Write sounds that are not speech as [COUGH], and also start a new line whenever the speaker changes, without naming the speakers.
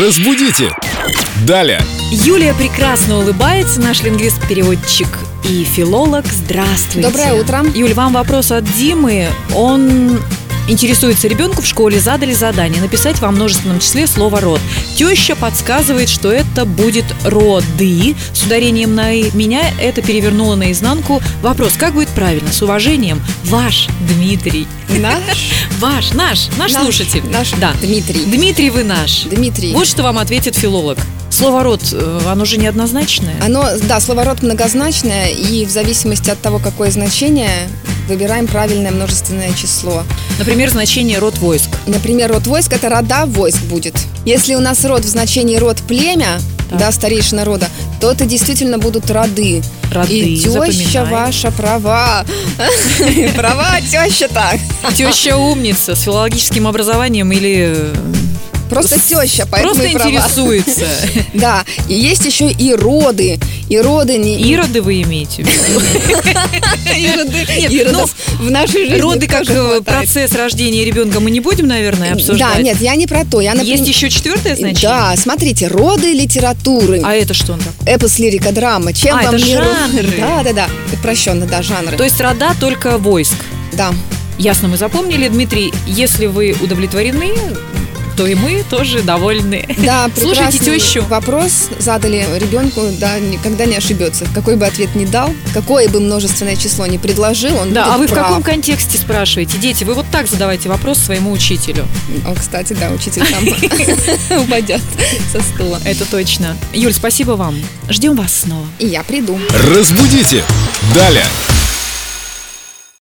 Разбудите! Далее!
Юлия прекрасно улыбается, наш лингвист-переводчик и филолог. Здравствуйте.
Доброе утро.
Юль, вам вопрос от Димы. Он интересуется ребенку в школе, задали задание написать во множественном числе слово «род». Теща подсказывает, что это будет «роды». С ударением на «и» меня это перевернуло наизнанку. Вопрос, как будет правильно? С уважением, ваш Дмитрий.
Наш,
Ваш, наш, наш,
Наш,
слушатель.
наш
да.
Дмитрий.
Дмитрий, вы наш.
Дмитрий.
Вот что вам ответит филолог. Слово «род», э, оно же неоднозначное.
Оно, да, словород многозначное, и в зависимости от того, какое значение, выбираем правильное множественное число.
Например, значение «род войск».
Например, род войск – это рода войск будет. Если у нас род в значении род племя,
Так.
да, старейшина рода, то это действительно будут роды.
Роды,
и теща
запоминаем.
ваша права. [LAUGHS] Права теща так.
Теща умница с филологическим образованием или... э,
Просто
с-
теща, поэтому
Просто
и права.
интересуется.
[LAUGHS] Да, и есть еще и роды. И роды не...
Ироды вы имеете в виду?
Ироды.
Нет, ну,
Иродов в нашей жизни
Роды как
тоже
э,
хватает.
процесс рождения ребенка мы не будем, наверное, обсуждать.
Да, нет, я не про то. Я, например-
Есть еще четвертое значение?
Да, смотрите, роды литературы.
А это что он такой?
Эпос, лирика, драма. Чем
А,
вам
это
не ро-
жанры.
Да, да, да. Упрощенно, да, жанры.
То есть рода только войск.
Да.
Ясно, мы запомнили. Дмитрий, если вы удовлетворены, то и мы тоже довольны.
Да,
[LAUGHS] Слушайте
прекрасный
тещу.
Вопрос задали ребенку, да, никогда не ошибется. Какой бы ответ ни дал, какое бы множественное число ни предложил, он
Да,
будет
а вы в
прав.
каком контексте спрашиваете? Дети, вы вот так задавайте вопрос своему учителю.
О, кстати, да, учитель
[LAUGHS]
[LAUGHS] там упадет со стула.
Это точно. Юль, спасибо вам. Ждем вас снова.
И я приду.
Разбудите! Далее!